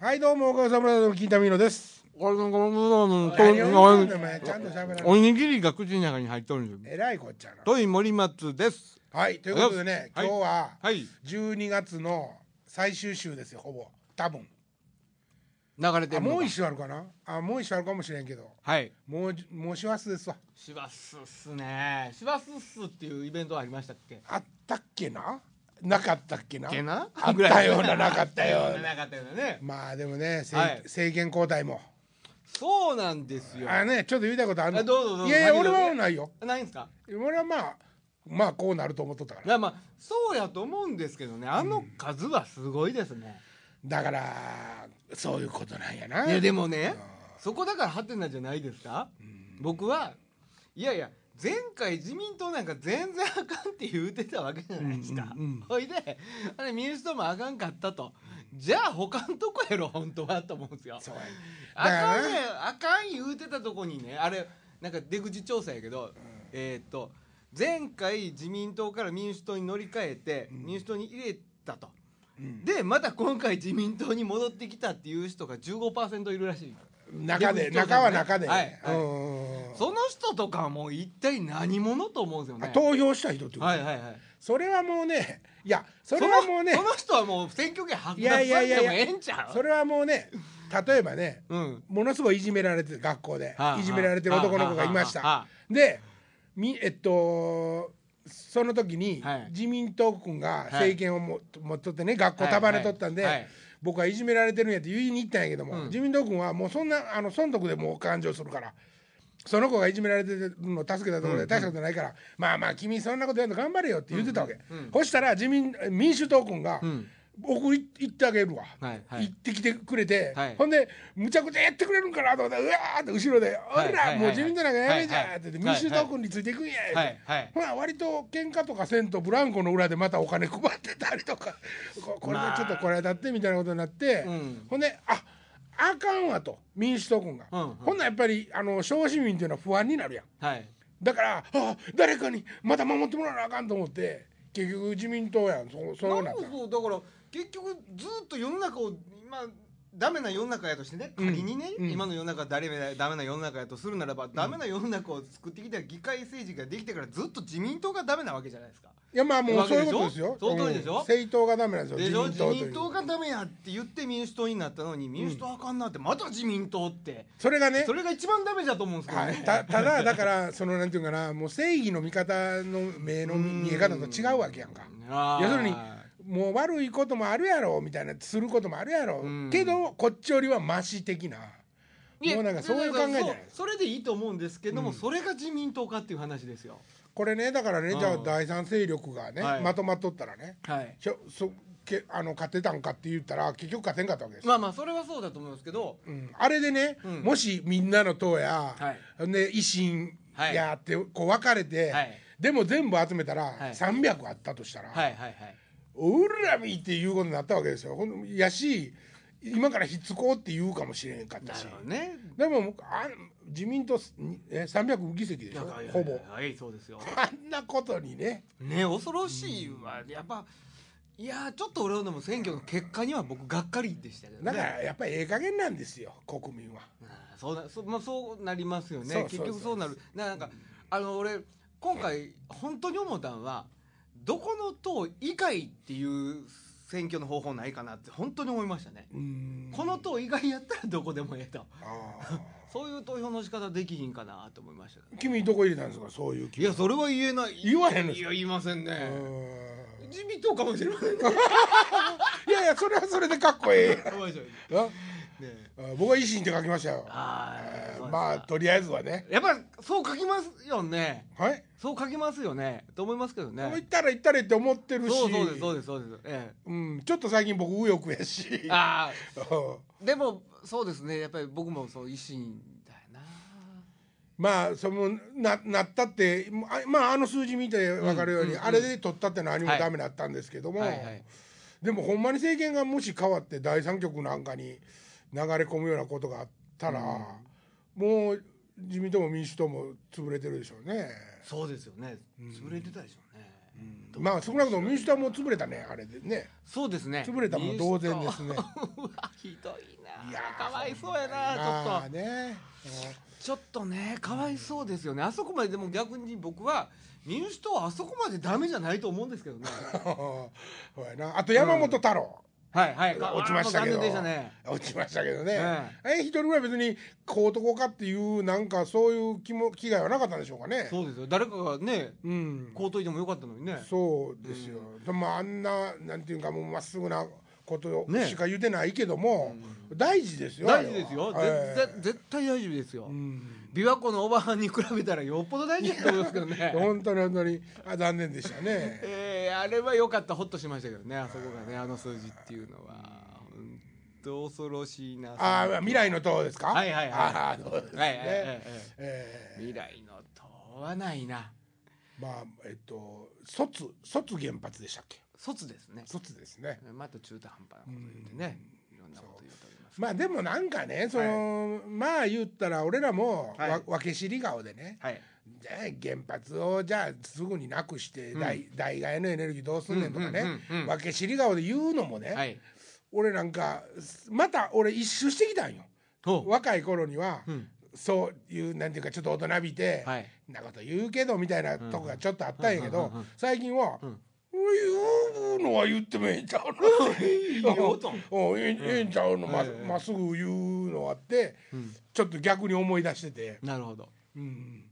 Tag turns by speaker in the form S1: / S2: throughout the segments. S1: はいどうもおかげさまで金田美乃です。
S2: これのこの
S1: 何を言う
S2: と
S1: んだお前ちゃんと喋らな
S2: お
S1: い。
S2: にぎりが口の中に入っとるんです。
S1: えらいこっちゃな。
S2: とい森松です。
S1: はいということでね今
S2: はい
S1: 日は
S2: はい。
S1: 12月の最終週ですよほぼ多分。
S2: 流れて
S1: あ
S2: るのか
S1: もう一週あるかな。あもう一週あるかもしれんけど
S2: はい。
S1: もうもう師走ですわ。
S2: しばすっすね。しばすっすっていうイベントありましたっけ？
S1: あったっけななかったっけな。
S2: けな？
S1: あったようななかったような。
S2: なかったよね。
S1: まあでもね、せい
S2: はい
S1: 政権交代も。
S2: そうなんですよ。
S1: あねちょっと言いたいことあるの。
S2: あどうぞどうぞ
S1: いやいや
S2: 先
S1: 俺
S2: どうぞ
S1: はないよ。
S2: ないんですか？
S1: 俺はまあまあこうなると思っとったから
S2: い。やまあそうやと思うんですけどね。あの数はすごいですね。
S1: だからそういうことなんやない
S2: やでもね、そこだからハテナじゃないですか、僕はいやいや前回自民党なんか全然あかんって言うてたわけじゃないですか、
S1: うんうんうん
S2: ほいであれ民主党もあかんかったとじゃあ他のとこやろ本当はと思うんですよ
S1: そうや
S2: あか
S1: だから
S2: ん
S1: ね
S2: ねあかん言うてたとこにねあれなんか出口調査やけど、えーっと前回自民党から民主党に乗り換えて、民主党に入れたと、
S1: うん
S2: でまた今回自民党に戻ってきたっていう人が15%いるらしい、
S1: 中で
S2: 出口調査ね
S1: 中は中で、
S2: はいはい
S1: うん
S2: その人とかはもう一体何者と思うんですよ
S1: あ
S2: ね
S1: 投票した人ってこと、
S2: はいはいはい
S1: それはもうねいやそれ
S2: の
S1: はもうね
S2: その人はもう選挙権剥
S1: い
S2: 奪さ
S1: や
S2: れ
S1: いやい
S2: て
S1: やい
S2: も
S1: や
S2: ええんちゃう
S1: それはもうね例えばね
S2: うん
S1: ものすごいいじめられて学校で、
S2: はあ
S1: いじめられてる男の子がいました、
S2: はあはあは
S1: でみえっとその時に
S2: はい
S1: 自民党君が
S2: い
S1: 政権をも、持っとってね学校束ねとったんで、
S2: はいはいはい
S1: 僕はいじめられてるんやって言いに行ったんやけども、
S2: うん
S1: 自民党君はもうそんなあの損得でもう感情するからその子がいじめられてるのを助けたところで大したことないから、まあまあ君そんなことやるの頑張れよって言ってたわけ、そしたら自民民主党君が、
S2: ん
S1: 僕い行ってあげるわ、
S2: はいはい
S1: 行ってきてくれて、
S2: はい
S1: ほんでむちゃくちゃやってくれるんかなと思ってうわーって後ろで「お
S2: はい
S1: い
S2: はいは
S1: ら
S2: い
S1: もう自民党なんかやめじ
S2: はいは
S1: ゃ」
S2: い
S1: って言って民主党君についていくんや言うて
S2: はいはい
S1: ほら割と喧嘩とかせんとブランコの裏でまたお金配ってたりとか ここれでちょっとこれ当たってみたいなことになって、
S2: うん
S1: ほんでああかんわと民主党君が、
S2: うんうん
S1: ほんならやっぱりあの小市民っていうのは不安になるやん
S2: はい
S1: だからあ誰かにまた守ってもらわなあかんと思って結局自民党やんそそうな
S2: な
S1: っ
S2: ん
S1: た
S2: かそうだから結局ずっと世の中を今ダメな世の中やとしてね
S1: うん
S2: 仮にね、
S1: うん
S2: 今の世の中ダメなダメな世の中やとするならば、ダメな世の中を作ってきた議会政治ができてからずっと自民党がダメなわけじゃないですか。
S1: いやまあもうそういうことですよ。
S2: その通りでしょ
S1: うん政党がダメなんですよ。
S2: でしょ自
S1: という
S2: 民党がダメやって言って民主党になったのに民主党あかんなってまた自民党って、
S1: それがね
S2: そ。れが一番ダメだと思うんですけど
S1: は
S2: ね
S1: い、。たただだからそのなんていうかなもう正義の味方の目の見見え方と違うわけやんか
S2: あー
S1: 要するにもう悪いこともあるやろみたいなすることもあるやろ
S2: うん
S1: けどこっちよりはマシ的なもうなんかそういう考えじゃない
S2: そそれでいいと思うんですけども、それが自民党かっていう話ですよ。
S1: これねだからね
S2: うん
S1: じゃあ第三勢力がね
S2: はい
S1: まとまっとったらね
S2: はい。
S1: ひょそけあの勝てたんかって言ったら結局勝てんかったわけですよ
S2: まあまあそれはそうだと思うんですけど、
S1: うんあれでね、
S2: うん
S1: もしみんなの党や、
S2: は
S1: ね、維新やってこう分かれて、
S2: はい
S1: でも全部集めたら
S2: はい
S1: 300あったとしたら、
S2: はいはいはい。
S1: おらみっていうことになったわけですよ。ほんやし今からひっつこうって言うかもしれんかった
S2: な
S1: し
S2: るほどね。
S1: でもあ自民党すにえ300議席でしょほぼ。
S2: はいそうですよ。
S1: あんなことにね
S2: ね恐ろしいわやっぱいやーちょっと俺はでも選挙の結果には僕がっかりでしたけどね。
S1: だからやっぱりええ加減なんですよ国民は。
S2: あーそうなそ,、まあ、そうなりますよね
S1: そうそう
S2: 結局そうなるななんか、あの俺今回本当に思ったんはどこの党以外っていう選挙の方法ないかなって本当に思いましたね、
S1: うん
S2: この党以外やったらどこでもええと
S1: あ
S2: そういう投票の仕方できひんかなと思いました
S1: ー君どこ入れたんですかそういう気
S2: いやそれは言えない
S1: 言わへんの
S2: いや言いません
S1: う
S2: ね
S1: ん
S2: 自民党かもしれませんね
S1: いやいやそれはそれでかっこいい。
S2: かもし れま
S1: あ
S2: せんね
S1: あ僕は維新って書きましたよ。
S2: あ
S1: え
S2: ーそう
S1: ー
S2: ですか
S1: まあとりあえずはね。
S2: やっぱそう書きますよね
S1: はい。
S2: そう書きますよねと思いますけどね
S1: 行ったら行ったらって思ってるし。
S2: そうそうですそうですそうです。え
S1: うんちょっと最近僕右翼やし。
S2: え、ああ
S1: うん
S2: でもそうですねやっぱり僕もそう維新だよな。
S1: まあそのななったってあまああの数字見て分かるように、
S2: うんうんうん
S1: あれで取ったって何もダメだったんですけども、
S2: はいはい
S1: でもほんまに政権がもし変わって第三極なんかに流れ込むようなことがあったら、もう自民党も民主党も潰れてるでしょうね。
S2: そうですよね。潰れてたでしょうね。
S1: まあ少なくとも民主党はもう潰れたねあれでね
S2: そうですね。
S1: 潰れたも同然です
S2: 民
S1: ね
S2: 主党。 ひどいない
S1: やー
S2: かわいそうやなちょっ
S1: ま
S2: と
S1: あね
S2: ちょっとねかわいそうですよねあそこまででも逆に僕は民主党はあそこまでダメじゃないと思うんですけどね
S1: そうやなあと山本太郎、
S2: はいはい
S1: 落ちましたけど
S2: あー残念でしたね
S1: 落ちましたけどね、
S2: え
S1: え一人ぐらい別にこうとこうかっていうなんかそういう気も気概はなかったんでしょうかね
S2: そうですよ誰かがね
S1: うん
S2: こうといてもよかったのにね
S1: そうですよ、でもあんななんていうかもうまっすぐなこと
S2: ね
S1: しか言うてないけども、大事ですよ
S2: 大事ですよ
S1: あれは
S2: ぜ
S1: え
S2: ぜ絶対大丈夫ですよ、
S1: えうん
S2: 琵琶湖のおばはんに比べたらよっぽど大事だと思いますけどね。
S1: 本当に本当にあ残念でしたね
S2: えー、あれは良かったほっとしましたけどねあそこがねあの数字っていうのは本当恐ろしいな。
S1: あー未来の党ですか
S2: はいはいはい
S1: あーそうですね
S2: はいはいはいはい
S1: ええ
S2: 未来の党はないな
S1: まあえっと卒卒原発でしたっけ
S2: 卒ですね。
S1: 卒ですね
S2: また中途半端なこと言ってねいろんなこと言うとおります。
S1: まあでもなんかねその、まあ言ったら俺らもわ,、
S2: はい
S1: け知り顔でね
S2: はい
S1: じゃあ原発をじゃあすぐになくして代,、代替えのエネルギーどうすんねんとかね、
S2: うんうんうん
S1: わけ知り顔で言うのもね、
S2: はい。
S1: 俺なんかまた俺一周してきたんよ
S2: ほう
S1: 若い頃には、
S2: うん
S1: そういうなんていうかちょっと大人びて、
S2: はい
S1: んなこと言うけどみたいなとこがちょっとあったんやけど、
S2: うんうんうんうん
S1: 最近は、
S2: うん
S1: 言うのは言ってもええんちゃうの
S2: いよと
S1: うんええええんち ゃうの、ま
S2: ええ
S1: まっすぐ言うのあって、
S2: うん
S1: ちょっと逆に思い出してて、
S2: なるほど。
S1: うん、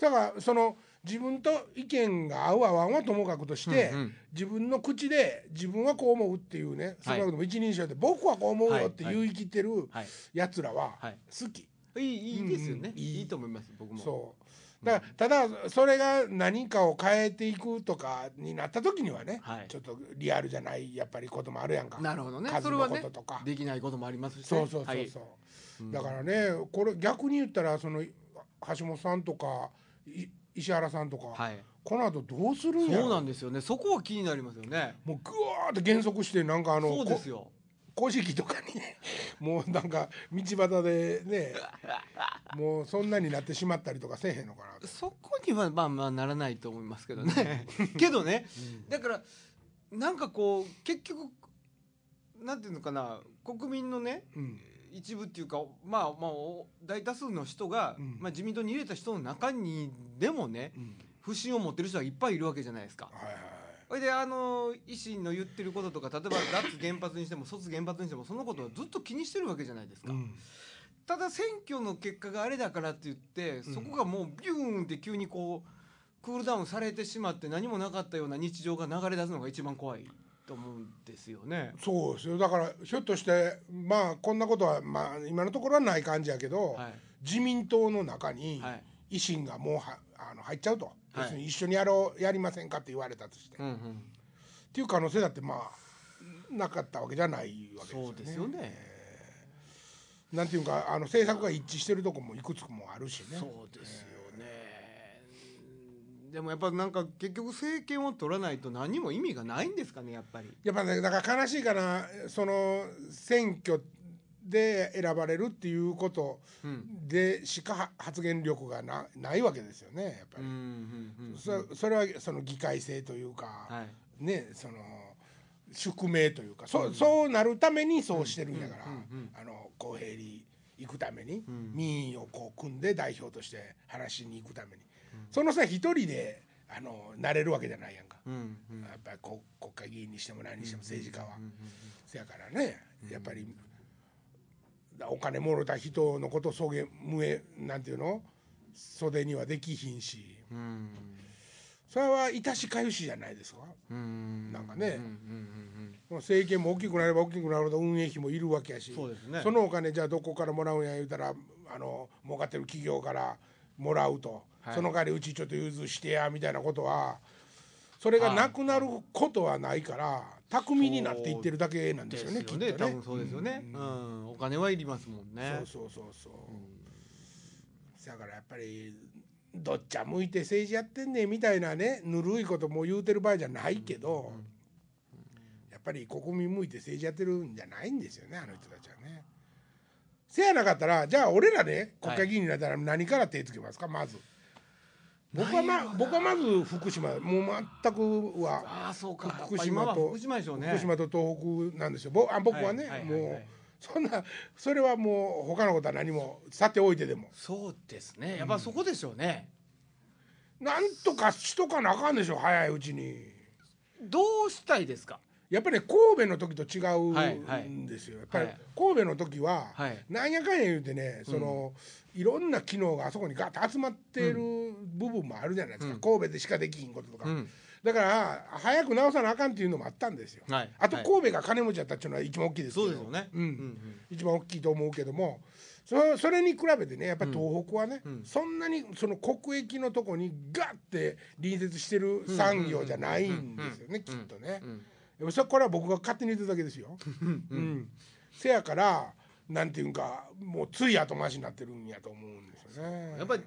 S1: だからその自分と意見が合う合わんはともかくとして、
S2: うんうん
S1: 自分の口で自分はこう思うっていうね少なくとも一人称で僕はこう思うよって
S2: はい
S1: 言い切ってる
S2: はい
S1: やつらは
S2: はい
S1: 好き。
S2: いいいいですよね、
S1: うんいい
S2: いいと思います僕も。
S1: そうだからただそれが何かを変えていくとかになった時にはね、
S2: はい
S1: ちょっとリアルじゃないやっぱりこともあるやんか
S2: なるほどね。
S1: 数
S2: それ
S1: の
S2: は
S1: こ
S2: ね
S1: ととか、
S2: できないこともありますし、ね。
S1: そうそうそうそう、
S2: はい
S1: だからねこれ逆に言ったらその橋本さんとかい石原さんとか、
S2: はい。
S1: この後どうするんやろ
S2: そうなんですよね。そこは気になりますよね。
S1: もうぐわーって減速してなんかあの
S2: そうです
S1: こ
S2: よ。
S1: 古事記とかに もうなんか道端で ねもうそんなになってしまったりとかせえへんのかなと
S2: そこにはまあまあならないと思いますけどね。 けどね、だからなんかこう結局なんていうのかな国民のね
S1: うん
S2: 一部っていうかまあまあお大多数の人が、
S1: うん
S2: まあ自民党に入れた人の中にでもね
S1: うん
S2: 不信を持ってる人はいっぱいいるわけじゃないですか。
S1: はいはい
S2: それであの維新の言ってることとか例えば脱原発にしても卒原発にしてもそのことはずっと気にしてるわけじゃないですか、
S1: うん
S2: ただ選挙の結果があれだからって言って
S1: ん
S2: そこがもうビューンって急にこうクールダウンされてしまって何もなかったような日常が流れ出すのが一番怖いと思うんですよね。
S1: そうですよだからひょっとしてまあこんなことは、まあ、今のところはない感じやけど、
S2: は
S1: 自民党の中
S2: い、
S1: に
S2: はい
S1: 維新がもうはあの入っちゃうと、
S2: はい
S1: 要するに一緒にやろうやりませんかって言われたとして、
S2: う
S1: っ
S2: んうん、
S1: ていう可能性だってまあなかったわけじゃないわけですよね。
S2: そうですよね。
S1: なんていうかあの政策が一致してるとこもいくつもあるしね。
S2: そうですよね。でもやっぱなんか結局政権を取らないと何も意味がないんですかねやっぱり。
S1: やっぱねだから悲しいかなその選挙で選ばれるっていうこと
S2: うん
S1: でしかは発言力がなないわけですよねやっぱ
S2: う
S1: り
S2: んう。んうん
S1: そそれはその議会制というか、
S2: はい
S1: ねその宿命というかそ,、うそうなるためにそうしてるんやから、
S2: うんうん
S1: あの公平に行くために、
S2: ん
S1: 民意をこう組んで代表として話しに行くために、そのさ一人であのなれるわけじゃないやんか、
S2: うんうん
S1: やっぱりこ国会議員にしても何にしても政治家は、せやからねやっぱり、だお金もろた人のことそげ無えなんていうの袖にはできひんし
S2: うん
S1: それは致しかゆしじゃないですか。
S2: うん
S1: なんかね
S2: うんうんうん
S1: 政権も大きくなれば大きくなるほど運営費もいるわけやし
S2: そうですね
S1: そのお金じゃあどこからもらうんや言うたらあの儲かってる企業からもらうと、
S2: はい
S1: その代わりうちちょっと融通してやみたいなことはそれがなくなることはないから、巧みになっていってるだけなん
S2: うん
S1: ですよ
S2: で
S1: ね
S2: すよね
S1: きっと
S2: 多
S1: ね
S2: 分そうですよね
S1: うん
S2: うんお金はいりますもん
S1: そ
S2: ね
S1: うそうそうそう、だからやっぱりどっちゃ向いて政治やってんねんみたいなねぬるいことも言うてる場合じゃないけど、やっぱり国民向いて政治やってるんじゃないんですよねあの人たちはね。せやなかったらじゃあ俺らね国会議員になったら何から手つけますかまず。僕はま僕はまず福島もう全くは
S2: ああそうか
S1: 福島
S2: やっぱ今は
S1: と
S2: 福島でしょうね
S1: 福島と東北なんですよ。ぼあ僕は
S2: はいはい
S1: ね
S2: はいはい
S1: もうそんなそれはもう他のことは何もさておいてでも
S2: そうですねやっぱそこですよね、
S1: なんとかしとかなあかんでしょ早いうちに
S2: どうしたいですか
S1: やっぱり、ね、神戸の時と違
S2: はいは
S1: う
S2: い
S1: んですよ、やっぱ
S2: は
S1: り
S2: い
S1: 神戸の時は、
S2: はい
S1: なんやかんや言うてねその、いろんな機能があそこにガッと集まっている部分もあるじゃないですか、
S2: うん
S1: 神戸でしかできひんこととか、
S2: うん
S1: だから早く直さなあかんっていうのもあったんですよ、
S2: はい
S1: あと
S2: はい
S1: 神戸が金持ちだったっていうのは一番大きいですけど
S2: そうですよね
S1: うん
S2: ん
S1: 一番大きいと思うけどもそそれに比べてねやっぱり東北はね、
S2: うん
S1: そんなにその国益のとこにガッて隣接してる産業じゃないんですよねきっとね
S2: う。ん
S1: でもそこれは僕が勝手に言ってるだけです よ。うん、せやからなんていうんかもうつい後回しになってるんやと思うんですよね。
S2: やっぱり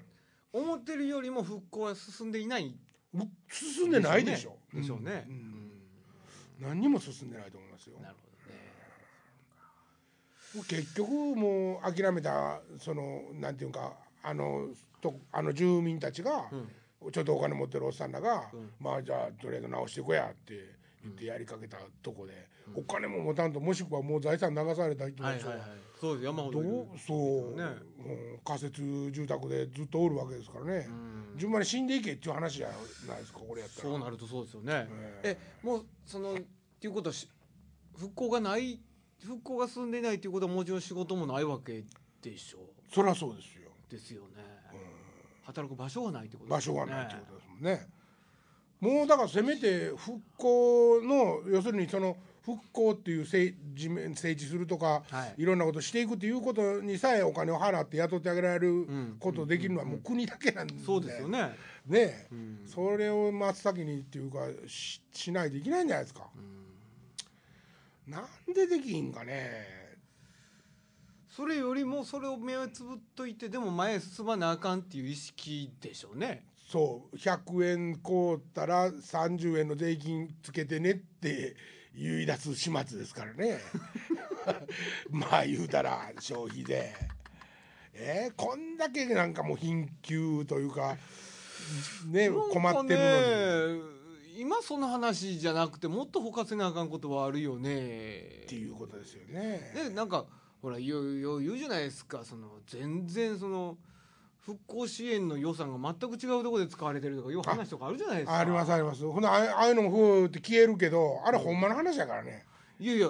S2: 思ってるよりも復興は進んでいない
S1: もう進んでないでしょ。
S2: でしょうね、
S1: う
S2: うんん
S1: うん何にも進んでないと思いますよ。
S2: なるほどね
S1: 結局もう諦めたそのなんていうんかあのとあの住民たちが、ちょっとお金持ってるおっさんらが、
S2: うん
S1: まあじゃあとりあえず直していこうやって言ってやりかけたとこで、お金も持たんともしくはもう財産流された人
S2: は
S1: た
S2: いはい
S1: ち
S2: はい
S1: が
S2: そうです山ほ
S1: ど
S2: どいうる
S1: そう、
S2: ね
S1: うん仮設住宅でずっとおるわけですからね、
S2: うん
S1: 順番に死んでいけっていう話じゃないですかこれやったら。
S2: そうなるとそうですよね、
S1: え
S2: えもうそのっていうことはし復興がない復興が進んでいないということはもちろん仕事もないわけでしょう
S1: そりゃそうですよ
S2: ですよね、働く場所がないってこと
S1: 場
S2: です
S1: 所が
S2: よね
S1: ないってことですもんね。もうだからせめて復興の要するにその復興っていう政治面政治するとか、
S2: はい
S1: い、ろんなことしていくっていうことにさえお金を払って雇ってあげられる
S2: ん
S1: ことできるのはもう国だけなんで、
S2: そうですよね
S1: ねえ
S2: ん
S1: それを真っ先にっていうかししないといけないんじゃないですか。なんでできひんかね。
S2: それよりもそれを目をつぶっといてでも前へ進まなあかんっていう意識でしょうね
S1: そう100円買うたら30円の税金つけてねって言い出す始末ですから ねまあ言うたら消費税えーこんだけなんかもう貧窮というかね
S2: なんか
S1: 困ってるのに
S2: ね今その話じゃなくてもっと他せなあかんことはあるよね
S1: っていうことですよね
S2: でなんかほらようよう言うじゃないですかその全然その復興支援の予算が全く違うところで使われてるとかいう話とかあるじゃないですか
S1: ありますありますほなあああいうのもふーって消えるけどあれほんまの話やからね
S2: いやいや、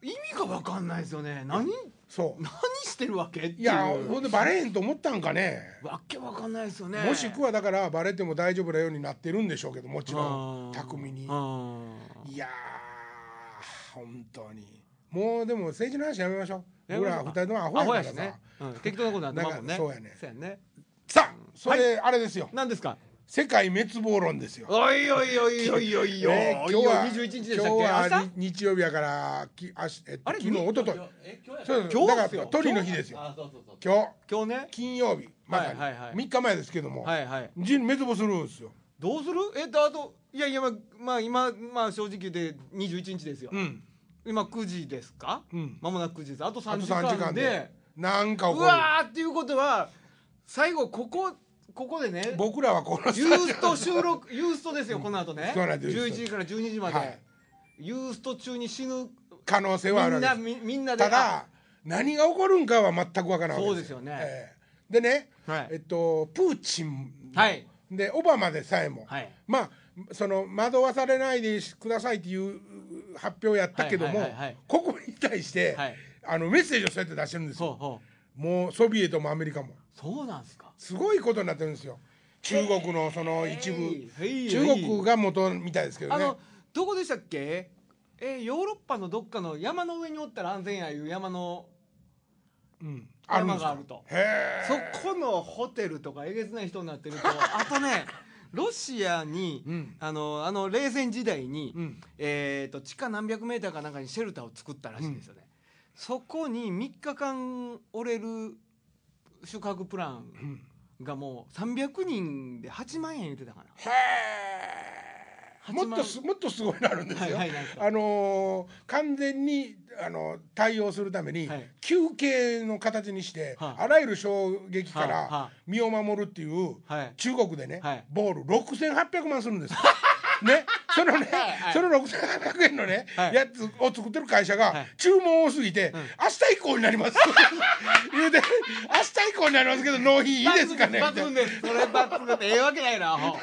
S2: 意味が分かんないですよね何
S1: そう
S2: 何してるわけっていう
S1: いやほんでバレへんと思ったんかね
S2: わけ分かんないですよね
S1: もしく
S2: は
S1: はだからバレても大丈夫なようになってるんでしょうけどもちろん巧みにいやー本当にもうでも政治の話やめましょう僕ら二人ともアホやからさ、
S2: しね、うん適当なことなんてまうもん
S1: なん
S2: ね
S1: かそうやね
S2: そうやね
S1: さあそれ、あれですよ
S2: 何ですか
S1: 世界滅亡論ですよ
S2: おいおいおいおいおいおい、
S1: ね今日は
S2: 21日でしたっけ
S1: 今日
S2: 明
S1: は
S2: 日
S1: に日曜日やからきあしえっと
S2: あれ
S1: 昨日
S2: に
S1: 一昨日
S3: え今日や
S1: そうです
S2: 今日
S1: だ
S2: です
S1: から
S2: よ
S1: 鳥の日ですよ
S3: あそうそうそう
S1: 今日
S2: 今日ね
S1: 金曜日まさに、
S2: はいはいはい
S1: 3日前ですけども、
S2: はいはい
S1: 人類滅亡するんですよ
S2: どうするえっとあといやいやまあ、まあ、今まあ正直言って21日ですよ、
S1: うん
S2: 今9時ですか
S1: うん
S2: ま、もなく9時ですあと
S1: あ
S2: 3
S1: と
S2: 時
S1: 3時
S2: 間
S1: 間
S2: で
S1: でなんか起
S2: う
S1: こる
S2: わーっていうことは最後ここここでね
S1: 僕らはこの
S2: ユースト 収録ユーストですよこの後ね
S1: そうなんです
S2: 11時から12時まで、
S1: はい
S2: ユースト中に死ぬ
S1: 可能性
S2: み
S1: はあるわ
S2: ん
S1: けで
S2: な
S1: す
S2: みみんなで
S1: ただ何が起こるんかは全くわからないわけ
S2: そうですよね
S1: ええでね、
S2: はい
S1: えっとプーチンの
S2: はい
S1: でオバマでさえも、
S2: はい
S1: まあその惑わされないでくださいっていう発表やったけども、
S2: はいはいはいはい
S1: ここに対して、
S2: はい
S1: あのメッセージをそうやって出してるんです
S2: そう
S1: よ
S2: そ
S1: もうソビエトもアメリカも
S2: うそうなんですか
S1: すごいことになってるんですよ中国のその一部、
S2: はい
S1: 中国が元みたいですけど
S2: あ
S1: ね
S2: のどこでしたっけえーヨーロッパのどっかの山の上におったら安全やいう山の
S1: うん、んで
S2: 山
S1: すか
S2: があると
S1: へえ
S2: そこのホテルとかえげつない人になっ てるとあとねロシアに、
S1: うん
S2: あのあの冷戦時代に、
S1: うん
S2: えー、と地下何百メーターかなんかにシェルターを作ったらしいんですよね、そこに3日間折れる宿泊プランがもう300人で8万円言ってたかな
S1: へえ。
S2: 8
S1: も
S2: 万
S1: っとすもっとすごいのあるんですよ。
S2: はいはいなんですか
S1: あのー完全にあの対応するために、
S2: はい
S1: 休憩の形にして、
S2: はあ
S1: あらゆる衝撃か
S2: はあは
S1: ら
S2: あ
S1: 身を守るっていう、
S2: はい
S1: 中国でね、
S2: はい
S1: ボール6800万するんですよ。ね。そのね、
S2: はい
S1: その6700円のね、
S2: はい
S1: やつを作ってる会社が、
S2: はい
S1: 注文多すぎて、明日以降になり ます言うて明日以降になりますけど納品いいですかねみ
S2: 抜
S1: たい
S2: 群
S1: な
S2: です。それ抜群でええわけないな。アホ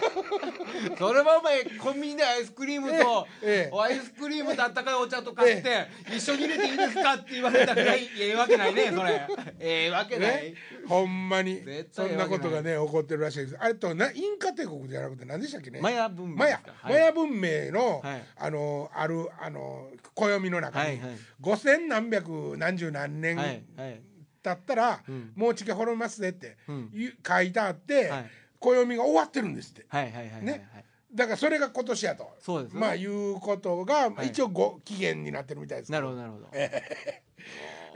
S2: それはお前コンビニでアイスクリームと、
S1: ええ
S2: おアイスクリームとあったかいお茶と買って、一緒に入れていいですかって言われたぐらいええわけないね。それええわけない。
S1: ね、ほんまに
S2: 絶
S1: そん
S2: 対ええ
S1: な
S2: わけない
S1: ことがね起こってるらしいですあれとなインカ帝国じゃなくて何でしたっけね
S2: マヤ文明
S1: マ
S2: です
S1: ヤ
S2: か。
S1: マヤ文明の、
S2: はい
S1: あのあるあの暦の中に、
S2: はいはい
S1: 五千何百何十何年、
S2: はいはい。
S1: だったら、
S2: うん
S1: もう地球滅びますねって、
S2: うん
S1: ゆ書いてあって、
S2: はい
S1: 暦が終わってるんですって
S2: はいはいはいはい。
S1: ねだからそれが今年やと
S2: そうですね
S1: まあいうことが、まあ
S2: はい
S1: 一応ご期限になってるみたいです
S2: なるほどなるほど。
S1: え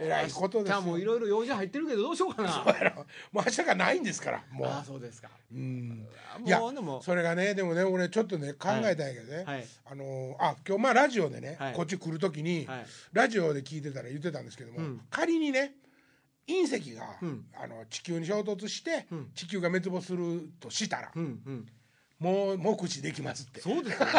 S1: らいことです
S2: じゃ
S1: よ
S2: あもういろいろ用事入ってるけどどうしようかな。
S1: そうやろ もう明日がないんですからもう
S2: ああそうですか。
S1: うんいや
S2: もうでも
S1: それがねでもね俺ちょっとね考えたんやけどね、
S2: はい
S1: あのーあ今日まあラジオでね、
S2: はい
S1: こっち来る時に、
S2: はい
S1: ラジオで聞いてたら言ってたんですけども、
S2: うん
S1: 仮にね隕石が、
S2: うん
S1: あの地球に衝突して、
S2: うん
S1: 地球が滅亡するとしたら、
S2: うんうん。
S1: もう目視できますって。
S2: そうですよね。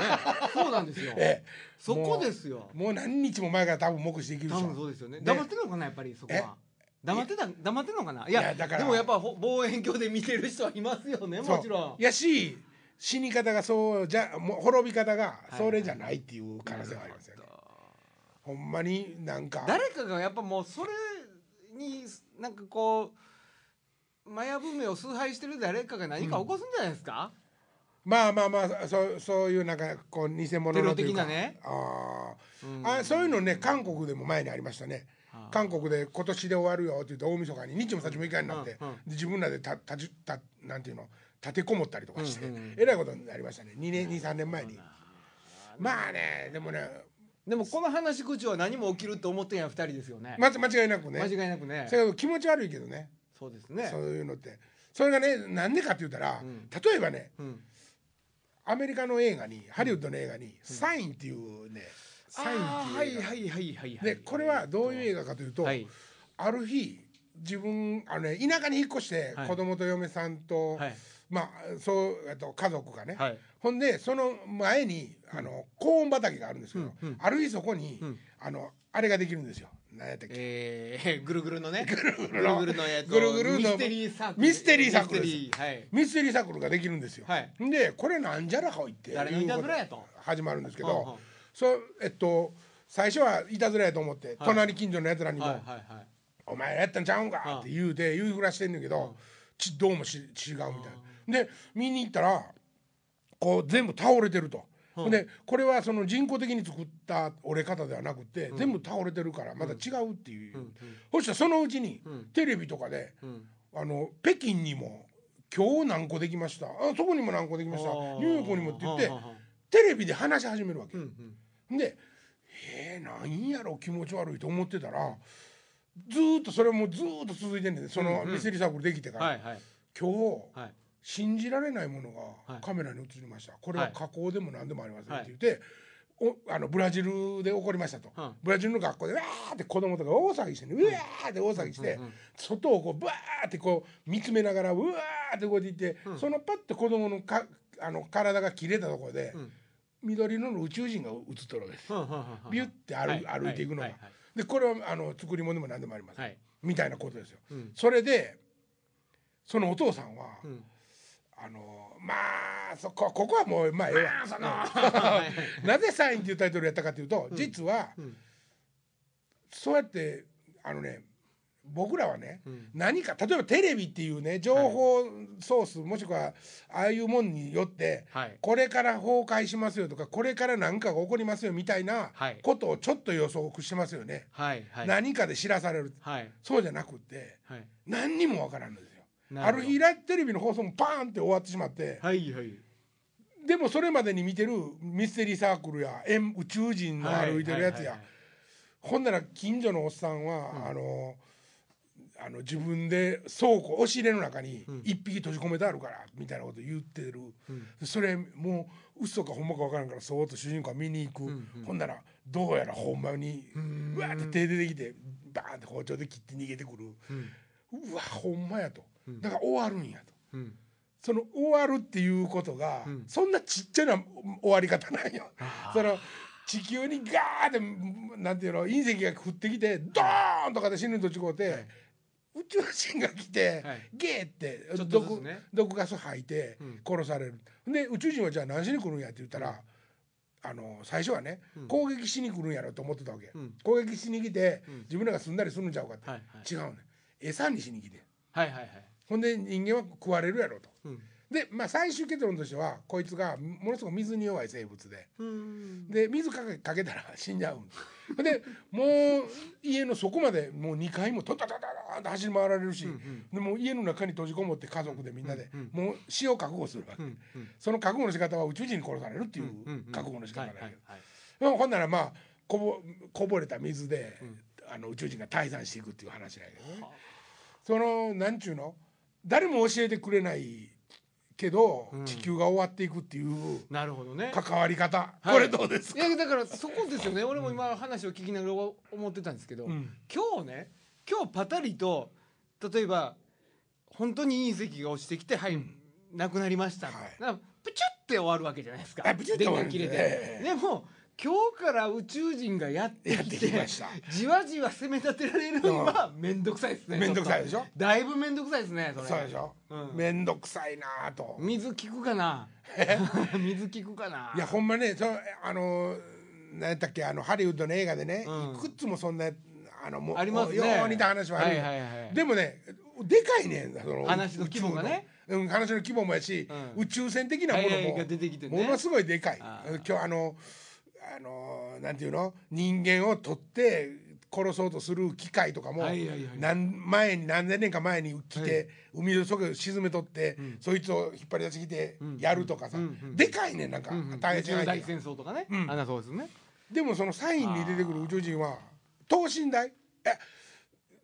S2: そうなんですよ。
S1: ええ
S2: そこですよ。
S1: もう何日も前から多分目視できるで
S2: 多
S1: し
S2: 分
S1: ょ。
S2: そうですよね。黙ってんのかなやっぱりそこ
S1: え
S2: は。黙ってた黙ってんのかないい
S1: や
S2: や
S1: だから
S2: でもやっぱほ望遠鏡で見てる人はいますよね
S1: そう
S2: もちろん。
S1: やし死に方がそうじゃもう滅び方がそれじゃないっていう可能性がありますよね。ほんまになんか
S2: 誰かがやっぱもうそれになんかこうマヤ文明を崇拝してる誰かが何か起こすんじゃないですか、
S1: まあまあまあそうそういうなんかこう偽物のというか
S2: テロ的なね
S1: あー、
S2: うん
S1: あそういうのね韓国でも前にありましたね
S2: あ。ー
S1: 韓国で今年で終わるよって言って大晦日に日もさちもいかになって、
S2: うんうん
S1: で自分らでたたじたなんていうの立てこもったりとかして、
S2: うんうん
S1: えらいことになりましたね2年23年前に。まあねでもね
S2: でもこの話し口は何も起きると思ってんや二人ですよね、
S1: まず間違いなくね
S2: 間違いなくね
S1: それが気持ち悪いけどね
S2: そうですね
S1: そういうのってそれがねなんでかって言ったら、例えばね
S2: うん、
S1: アメリカの映画にハリウッドの映画に「サイン」っていうね「サイン」
S2: あー
S1: っ
S2: は
S1: ていう映
S2: い
S1: 画
S2: はいはいはいはい
S1: でこれはどういう映画かというと、
S2: はい
S1: ある日自分あの、ね、田舎に引っ越して、
S2: はい
S1: 子供と嫁さんと、
S2: はい
S1: まあそうえっと家族がね、
S2: はい
S1: ほんでその前にあの高温畑があるんですけど、
S2: うんうん
S1: ある日そこに、
S2: うん
S1: あのあれができるんですよ何やったっけ、
S2: えー、ぐるぐるのねぐる
S1: ぐるの
S2: ぐるのやつ
S1: ぐるぐるの
S2: ミステリーサークル
S1: ミステリーサークルで
S2: ミ
S1: す
S2: ステリーはい
S1: ミステリーサークルができるんですよ。
S2: はい
S1: んでこれなんじゃらほいって
S2: 誰のいたずらやと
S1: いうことが始まるんですけ
S2: はんは
S1: ど
S2: ん、
S1: そうえっと最初はいたずらやと思って、隣近所のやつらにも、
S2: はいはいはい
S1: お前らやったんちゃうんかって言うて言いふらしてんねんけど、ちどうもし違うみたいな。で見に行ったらこう全部倒れてると。でこれはその人工的に作った折れ方ではなくて、全部倒れてるからまた違うっていう、そしたらそのうちに、テレビとかで、
S2: ん
S1: あの北京にも今日何個できましたあそこにも何個できました
S2: あー
S1: ニューヨークにもって言って
S2: はんはんはん
S1: テレビで話し始めるわけ、
S2: うんうん
S1: で「えー、なんやろ気持ち悪い」と思ってたらずーっとそれもずーっと続いてんねんそのミステリーサークルできてから、
S2: はいはい
S1: 今日、
S2: はい
S1: 信じられないもの
S2: は
S1: が
S2: い
S1: カメラに映りました、これは
S2: はい
S1: 加工でも何でもありません
S2: は
S1: っ
S2: い
S1: て言って、おあのブラジルで起こりましたと、
S2: うん
S1: ブラジルの学校でわーって子供とか大騒ぎしてねうわーって大騒ぎして、外をこうバーってこう見つめながらうわーってこうやって言って、そのパッと子供のかあの体が切れたところで、
S2: ん
S1: 緑色の宇宙人が映っとるわけです。
S2: はんはんはんはん
S1: ビュって歩,、
S2: はい
S1: 歩いていくのが、
S2: はいはい
S1: でこれはあの作り物でも何でもありません、
S2: はい
S1: みたいなことですよ。
S2: うん
S1: それでそのお父さんは、
S2: ん
S1: あのまあそこここはもうまあええわその なぜ「サイン」っていうタイトルやったかというと、実は、
S2: ん
S1: そうやってあのね僕らはね、何か例えばテレビっていうね情報ソース、もしくはああいうもんによって、
S2: はい
S1: これから崩壊しますよとかこれから何かが起こりますよみたいな
S2: はい
S1: ことをちょっと予測してますよね、
S2: はいはい
S1: 何かで知らされる
S2: はい
S1: そうじゃなくって
S2: はい
S1: 何にもわからんのですよ
S2: な
S1: あ
S2: るほ
S1: る
S2: ど
S1: 日ラテレビの放送もパーンって終わってしまって、
S2: はいはい
S1: でもそれまでに見てるミステリーサークルや円宇宙人の歩いてるやつや、
S2: はいはいはいはい
S1: ほんなら近所のおっさんは、あのあの自分で倉庫押し入れの中に一匹閉じ込めてあるからみたいなこと言ってる、それもう嘘かほんまか分からんからそーっと主人公は見に行く、ほんならどうやらほんまにうわーって手出てきてバーンって包丁で切って逃げてくる、うわほんまやとだから終わるんやと。
S2: うん
S1: その終わるっていうことが、
S2: うん
S1: そんなちっちゃな終わり方なんよ。
S2: あー
S1: その地球にガーってなんていうの隕石が降ってきてドーンとかで死ぬと違うて、
S2: はい
S1: 宇宙人が来て、
S2: はい
S1: ゲーって
S2: ちょっとずつ
S1: 毒,、
S2: ね
S1: 毒ガス吐いて
S2: うん
S1: 殺される。で宇宙人はじゃあ何しに来るんやって言ったら、あの最初はね、
S2: うん
S1: 攻撃しに来るんやろと思ってたわけ、
S2: うん
S1: 攻撃しに来て、
S2: うん
S1: 自分らが住んだりするんちゃうかって、
S2: はい
S1: 違うね餌にしに来て
S2: はいはいはいはい
S1: ほんで人間は食われるやろと。
S2: うん
S1: で、まあ、最終結論としてはこいつがものすごく水に弱い生物で
S2: うん
S1: で水かけかけたら 死んじゃうんでもう家のそこまでもう2階もトントントントントンと走り回られるし、
S2: うんうん
S1: でもう家の中に閉じこもって家族でみんなで、
S2: うん
S1: もう死を覚悟するわけ、
S2: うんうん
S1: その覚悟の仕方は宇宙人に殺されるってい
S2: うんうんう
S1: うん覚悟の仕方だけど、
S2: はいはいはい
S1: でもほんならまあこぼこぼれた水で、あの宇宙人が退散していくっていう話なんやけどね、
S2: はあ
S1: そのなんちゅうの誰も教えてくれないけど、
S2: うん
S1: 地球が終わっていくっていう
S2: なるほどね
S1: 関わり方、
S2: はい
S1: これどうです
S2: い
S1: か、
S2: やだからそこですよね俺も今話を聞きながら思ってたんですけど、
S1: うん
S2: 今日ね今日パタリと例えば本当に隕石が落ちてきてはい、なくなりました、
S1: はい
S2: なプチュって終わるわけじゃないですか
S1: あプチュって終わるん
S2: 電
S1: で
S2: 気切れて、
S1: ええ
S2: でも今日から宇宙人がやって
S1: やって
S2: き
S1: きま
S2: て
S1: した
S2: じわじわ攻め立てられるのは面倒くさいですね
S1: 面倒くさいで
S2: ち
S1: し
S2: ょ
S1: ょ
S2: っとだいぶ面倒くさいですねそれ
S1: そうでしょ
S2: うん
S1: 面倒、くさいなぁと、
S2: 水効くかな 水効くかない
S1: やほんまねそのあの何やったっけあのハリウッドの映画でね、
S2: うん
S1: いくつもそんなあのもう
S2: ありますね
S1: よう似た話はある、
S2: はいはいはい
S1: でもねでかいねんその
S2: 話の規模がね
S1: 宇宙のうん、話の規模もやし、
S2: うん
S1: 宇宙船的なもの
S2: はいはい
S1: も
S2: が出てきてね
S1: ものすごいでかい、
S2: あ
S1: 今日あのあのなんていうの人間を取って殺そうとする機械とかも、
S2: はいはいはい
S1: 何前に何千年か前に来て、
S2: は
S1: 海の底を沈めとって、
S2: ん
S1: そいつを引っ張り出してきて
S2: うん
S1: やるとかさ、
S2: うんうん
S1: でかいねんなんか、
S2: うんうん
S1: 対
S2: 宇
S1: 越相
S2: 宙
S1: 手が
S2: 大戦争とかね、
S1: うん
S2: あんなそうですね
S1: でもそのサインに出てくる宇宙人は等身大え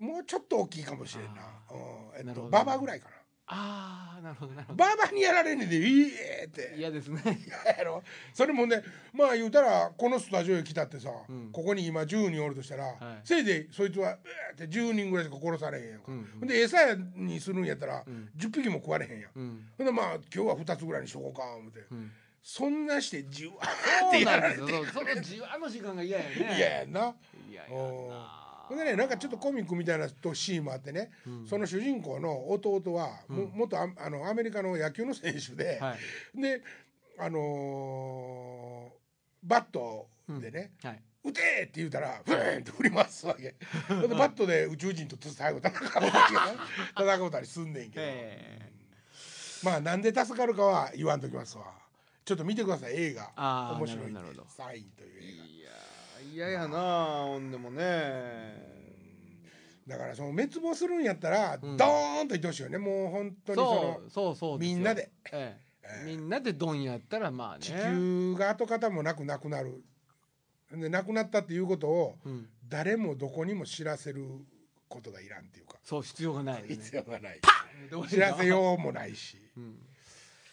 S1: もうちょっと大きいかもしれんな
S2: あ
S1: うんえ
S2: な
S1: っ
S2: るほ
S1: と
S2: ど
S1: ババアぐらいかな
S2: ああなるほどなるほど
S1: ババアにやられんねんでいいえって
S2: 嫌ですね
S1: やろそれもねまあ言うたらこのスタジオへ来たってさ、
S2: うん
S1: ここに今10人おるとしたら、
S2: い
S1: せいぜいそいつはえーって10人ぐらいしか殺されへんやんか、
S2: うん
S1: ほんで餌にするんやったら、
S2: ん
S1: 10匹も食われへんやん、
S2: うん
S1: ほんでまあ今日は2つぐらいにしとこうか思って、
S2: うん
S1: そんなしてじわーっ
S2: そ
S1: て
S2: う
S1: や
S2: なん
S1: ら
S2: で
S1: れ
S2: す
S1: て
S2: よそうそのじわの時間が嫌やね
S1: いややんな。
S2: 嫌や
S1: お
S2: な
S1: ほんでねなんかちょっとコミックみたいなとシーンもあってね、その主人公の弟は、も元アあのアメリカの野球の選手で、
S2: は
S1: であのーバットでね、
S2: はい
S1: 打てーって言うたら、ふーんって振り回すわ け。それでバットで宇宙人と戦うたり、戦うたりすんねんけど、
S2: えー
S1: まあなんで助かるかは言わんときますわ。ちょっと見てください映画
S2: あー
S1: 面白いんで
S2: なるほどなるほど
S1: サインという映画。
S2: いやー嫌やなほんでもね
S1: だからその滅亡するんやったら、
S2: ん
S1: ドーンと言ってほしいよねもう本当にその
S2: そうそうそうすよ
S1: みんなで、
S2: え
S1: え
S2: え
S1: え
S2: みんなでドンやったらまあね
S1: 地球が跡形もなくなくなるでなくなったっていうことを
S2: うん、
S1: 誰もどこにも知らせることがいらんっていうか
S2: そう必要がない、ね、
S1: 必要がない
S2: どう
S1: 知らせようもないし
S2: うん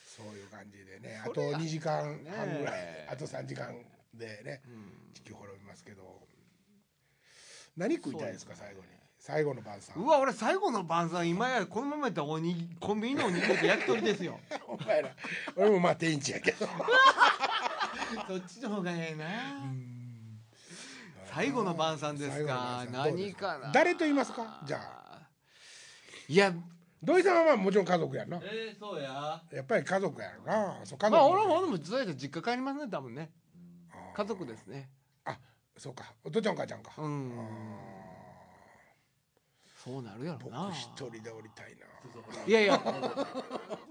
S1: そういう感じでねあ
S2: そ
S1: と
S2: れや
S1: 2時間半ぐらい、
S2: ねえ
S1: あと3時間でね
S2: うん
S1: 地球滅びますけど何食いたいですか最後に最後の晩餐
S2: うわ俺最後の晩餐今やこのままやったらおにぎコンビニのおにぎりと焼き鳥で すよ
S1: お前ら俺もまあ天一やけど
S2: そっちの方がええな最後の晩餐ですか
S1: 最後の晩餐どうで
S2: 何
S1: すか
S2: かな
S1: 誰と言いますかじゃ
S2: あいや
S1: 土井さんはまあもちろん家族やんな
S2: えー、そうや
S1: やっぱり家族やろなそう家族
S2: まあ俺も俺もずっと実家帰りますね多分ね
S1: あー
S2: 家族ですね
S1: あそうかお父ちゃんお母ちゃんか、
S2: うん
S1: あ
S2: そうなるや
S1: ー
S2: ろな
S1: 僕一人でおりたいない
S2: やい や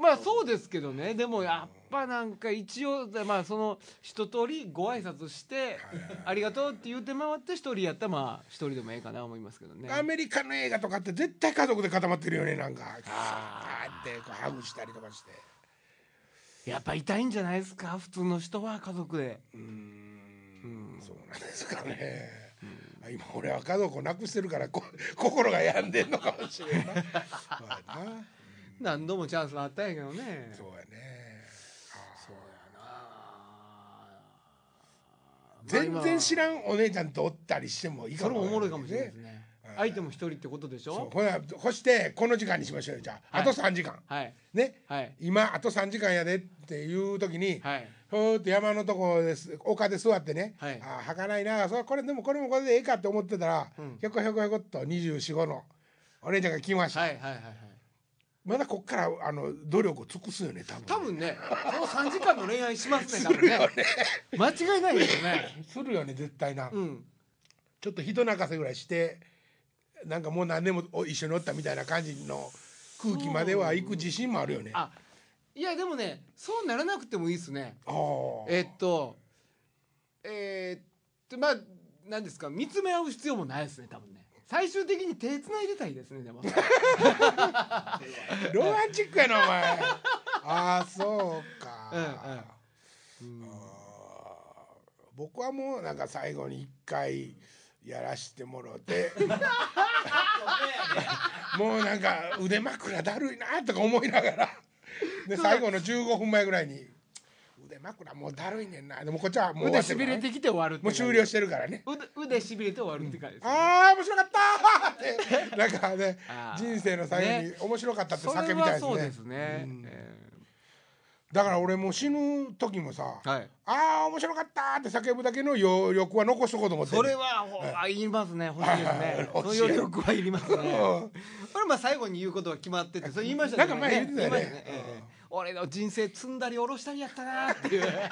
S2: まあそうですけどねでもやっぱなんか一応まあその一通りご挨拶して「ありがとう」って言うて回って一人やったらまあ一人でもええかな思いますけどね
S1: アメリカの映画とかって絶対家族で固まってるよねなんかあーってこうハグしたりとかして
S2: やっぱ痛いんじゃないですか普通の人は家族で
S1: うーんそうなんですかね、あ今俺は家族をなくしてるからこ心が病んでんのかもし れんないそうやな
S2: 何度もチャンスあったんやけどね
S1: そうやね
S2: そうやな
S1: 全然知
S2: ん
S1: らんお姉ちゃんとおったりしてもいい
S2: そ
S1: か
S2: れも
S1: も
S2: おもろいかもしれないです
S1: ね
S2: ね
S1: うんはい
S2: 相手も一人ってことでし
S1: そう
S2: ょ
S1: ほな干してこの時間にしましょうよじゃあ、
S2: はい
S1: あと3時間
S2: はい
S1: ね
S2: はい
S1: 今あと3時間やでっていう時に、
S2: はい
S1: ふーっと山のとこです丘で座ってね、
S2: はい
S1: あーはかないなそうこれでもこれもこれでええかって思ってたら、
S2: うん
S1: ひょこひょこひょこっと245のお姉ちゃんが来ました、
S2: はいはいはいはい
S1: まだこっからあの努力を尽くすよね多分
S2: 多分ねこの3時間の恋愛しますね多分ね間違いないですね
S1: するよね絶対な、
S2: うん
S1: ちょっと人泣かせぐらいしてなんかもう何年もお一緒におったみたいな感じの空気までは行く自信もあるよね。
S2: あいやでもねそうならなくてもいいですね
S1: あー
S2: えっとえーっとまあ何ですか見つめ合う必要もないですね多分ね最終的に手つないでたいですね でも
S1: ロマンチックやなお前ああそうか、
S2: うんうん
S1: あー僕はもうなんか最後に一回やらしてもろ てもうなんか腕枕だるいなとか思いながらで最後の15分前ぐらいに腕枕もうだるいねんなでもこっちはもう終
S2: 腕
S1: わって
S2: し
S1: るか
S2: び
S1: ら
S2: れ
S1: ね
S2: てきて終わるって
S1: もう
S2: 感じ
S1: 終了してるからね
S2: 腕腕しびれて終わるって感じですね、
S1: あー面白か ったーってなんかね
S2: あー
S1: 人生の最後に
S2: ね
S1: 面白かったって
S2: そ
S1: 叫
S2: れ
S1: びたい
S2: は
S1: です
S2: そう
S1: ね
S2: ですね、
S1: うん
S2: え
S1: だから俺もう死ぬ時もさ
S2: ーはい
S1: 「ああ面白かった!」って叫ぶだけの余力は残しとこうと思ってん
S2: そ
S1: ね
S2: れ
S1: ん
S2: はほあいりますね欲しいですね
S1: はい
S2: そういう余力はいりますね
S1: うん
S2: 俺まあ最後に言うことは決まっててそれ言いまし
S1: な
S2: たね
S1: んか前言ってたよね
S2: 今ねええ俺の人生積んだり下ろしたりやったなって いうだか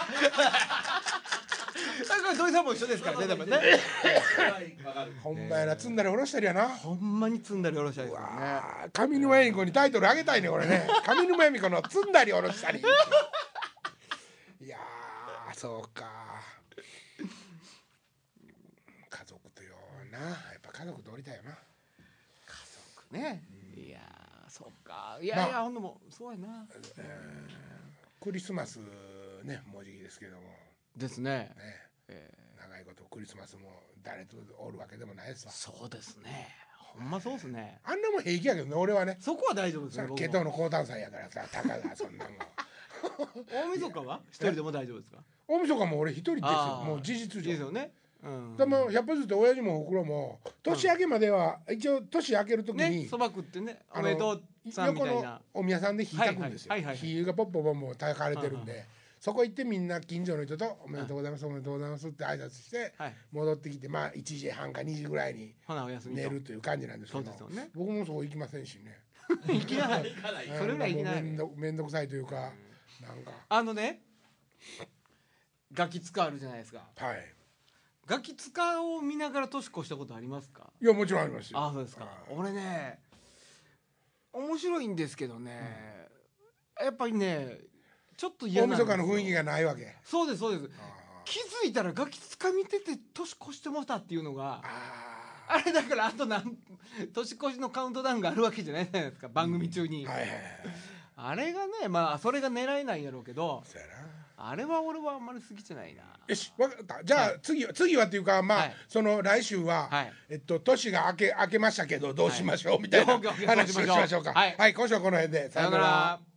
S2: ら土井さんも一緒ですからねでもね
S1: ほんまやな積んだり下ろしたりやな
S2: ほんまに積んだり下ろしたりですからね
S1: あー上沼恵美子にタイトルあげたいねこれ ね上沼恵美子の「積んだり下ろしたり」いやーそうか家族とようなやっぱ家族とおりたいよな
S2: ねいやーそっかいやい
S1: ま
S2: やほんでもそうやな
S1: クリスマスねもうじきですけども
S2: ですね
S1: ね
S2: ええ
S1: 長いことクリスマスも誰とおるわけでもないですわ
S2: そうですねほんまそうですね
S1: あんなもん平気やけどね俺はね
S2: そこは大丈夫ですね
S1: さ
S2: 僕
S1: ケ
S2: も
S1: トウの高炭酸やからさたかがそん なもん
S2: 大晦日は一人でも大丈夫ですか
S1: 大晦日も俺一人ですよ
S2: あー
S1: もう事実
S2: いいです
S1: 上
S2: よねうん
S1: でも百歩ずって親父もおふくろも年明けまでは一応年明ける時
S2: ね
S1: に
S2: そば食ってね
S1: あの
S2: おめでとうさんみ
S1: 横
S2: たい
S1: の
S2: な
S1: お宮さんで火炊くんですよ
S2: はいはいはいはい
S1: 火がポッポポンポン炊かれてるん
S2: は
S1: でそこ行ってみんな近所の人と「おめでとうございますおめでとうございます」って挨拶して
S2: はい
S1: 戻ってきてまあ1時半か2時ぐらいに
S2: ほなお休みと
S1: 寝るという感じなんです
S2: そ
S1: け
S2: う
S1: ど
S2: ですよね
S1: 僕もそこ行きませんしね
S2: 行きなさいそれぐらい行きな
S1: もうめん
S2: い
S1: ど面倒くさいというかなんか
S2: あのねガキ使あるじゃないですか
S1: はい。
S2: ガキ使を見ながら年越したことありますか
S1: いやもちろんありますよ。
S2: あそうですか
S1: はい
S2: 俺ね面白いんですけどね、やっぱりねちょっと嫌
S1: 大
S2: なんです
S1: 晦
S2: よ
S1: 日の雰囲気がないわけ。
S2: そうですそうです
S1: あ
S2: 気づいたらガキ使見てて年越してもたっていうのが
S1: あ
S2: あれだからあと何年越しのカウントダウンがあるわけじゃないじゃないですか番組中に、
S1: ー。はいはいはい。
S2: あれがねまあそれが狙えないんやろうけど
S1: そうやな。
S2: あれは俺はあんまり好きじゃないな
S1: よしわかった。じゃあ、次は次はっていうかまあ、
S2: はい
S1: その来週は、
S2: はい
S1: えっと年が 明け明けましたけどどうしましょう、みたいな
S2: 了解了解
S1: 話をしましょうか。
S2: はい
S1: 今週はこの辺で
S2: さようなら。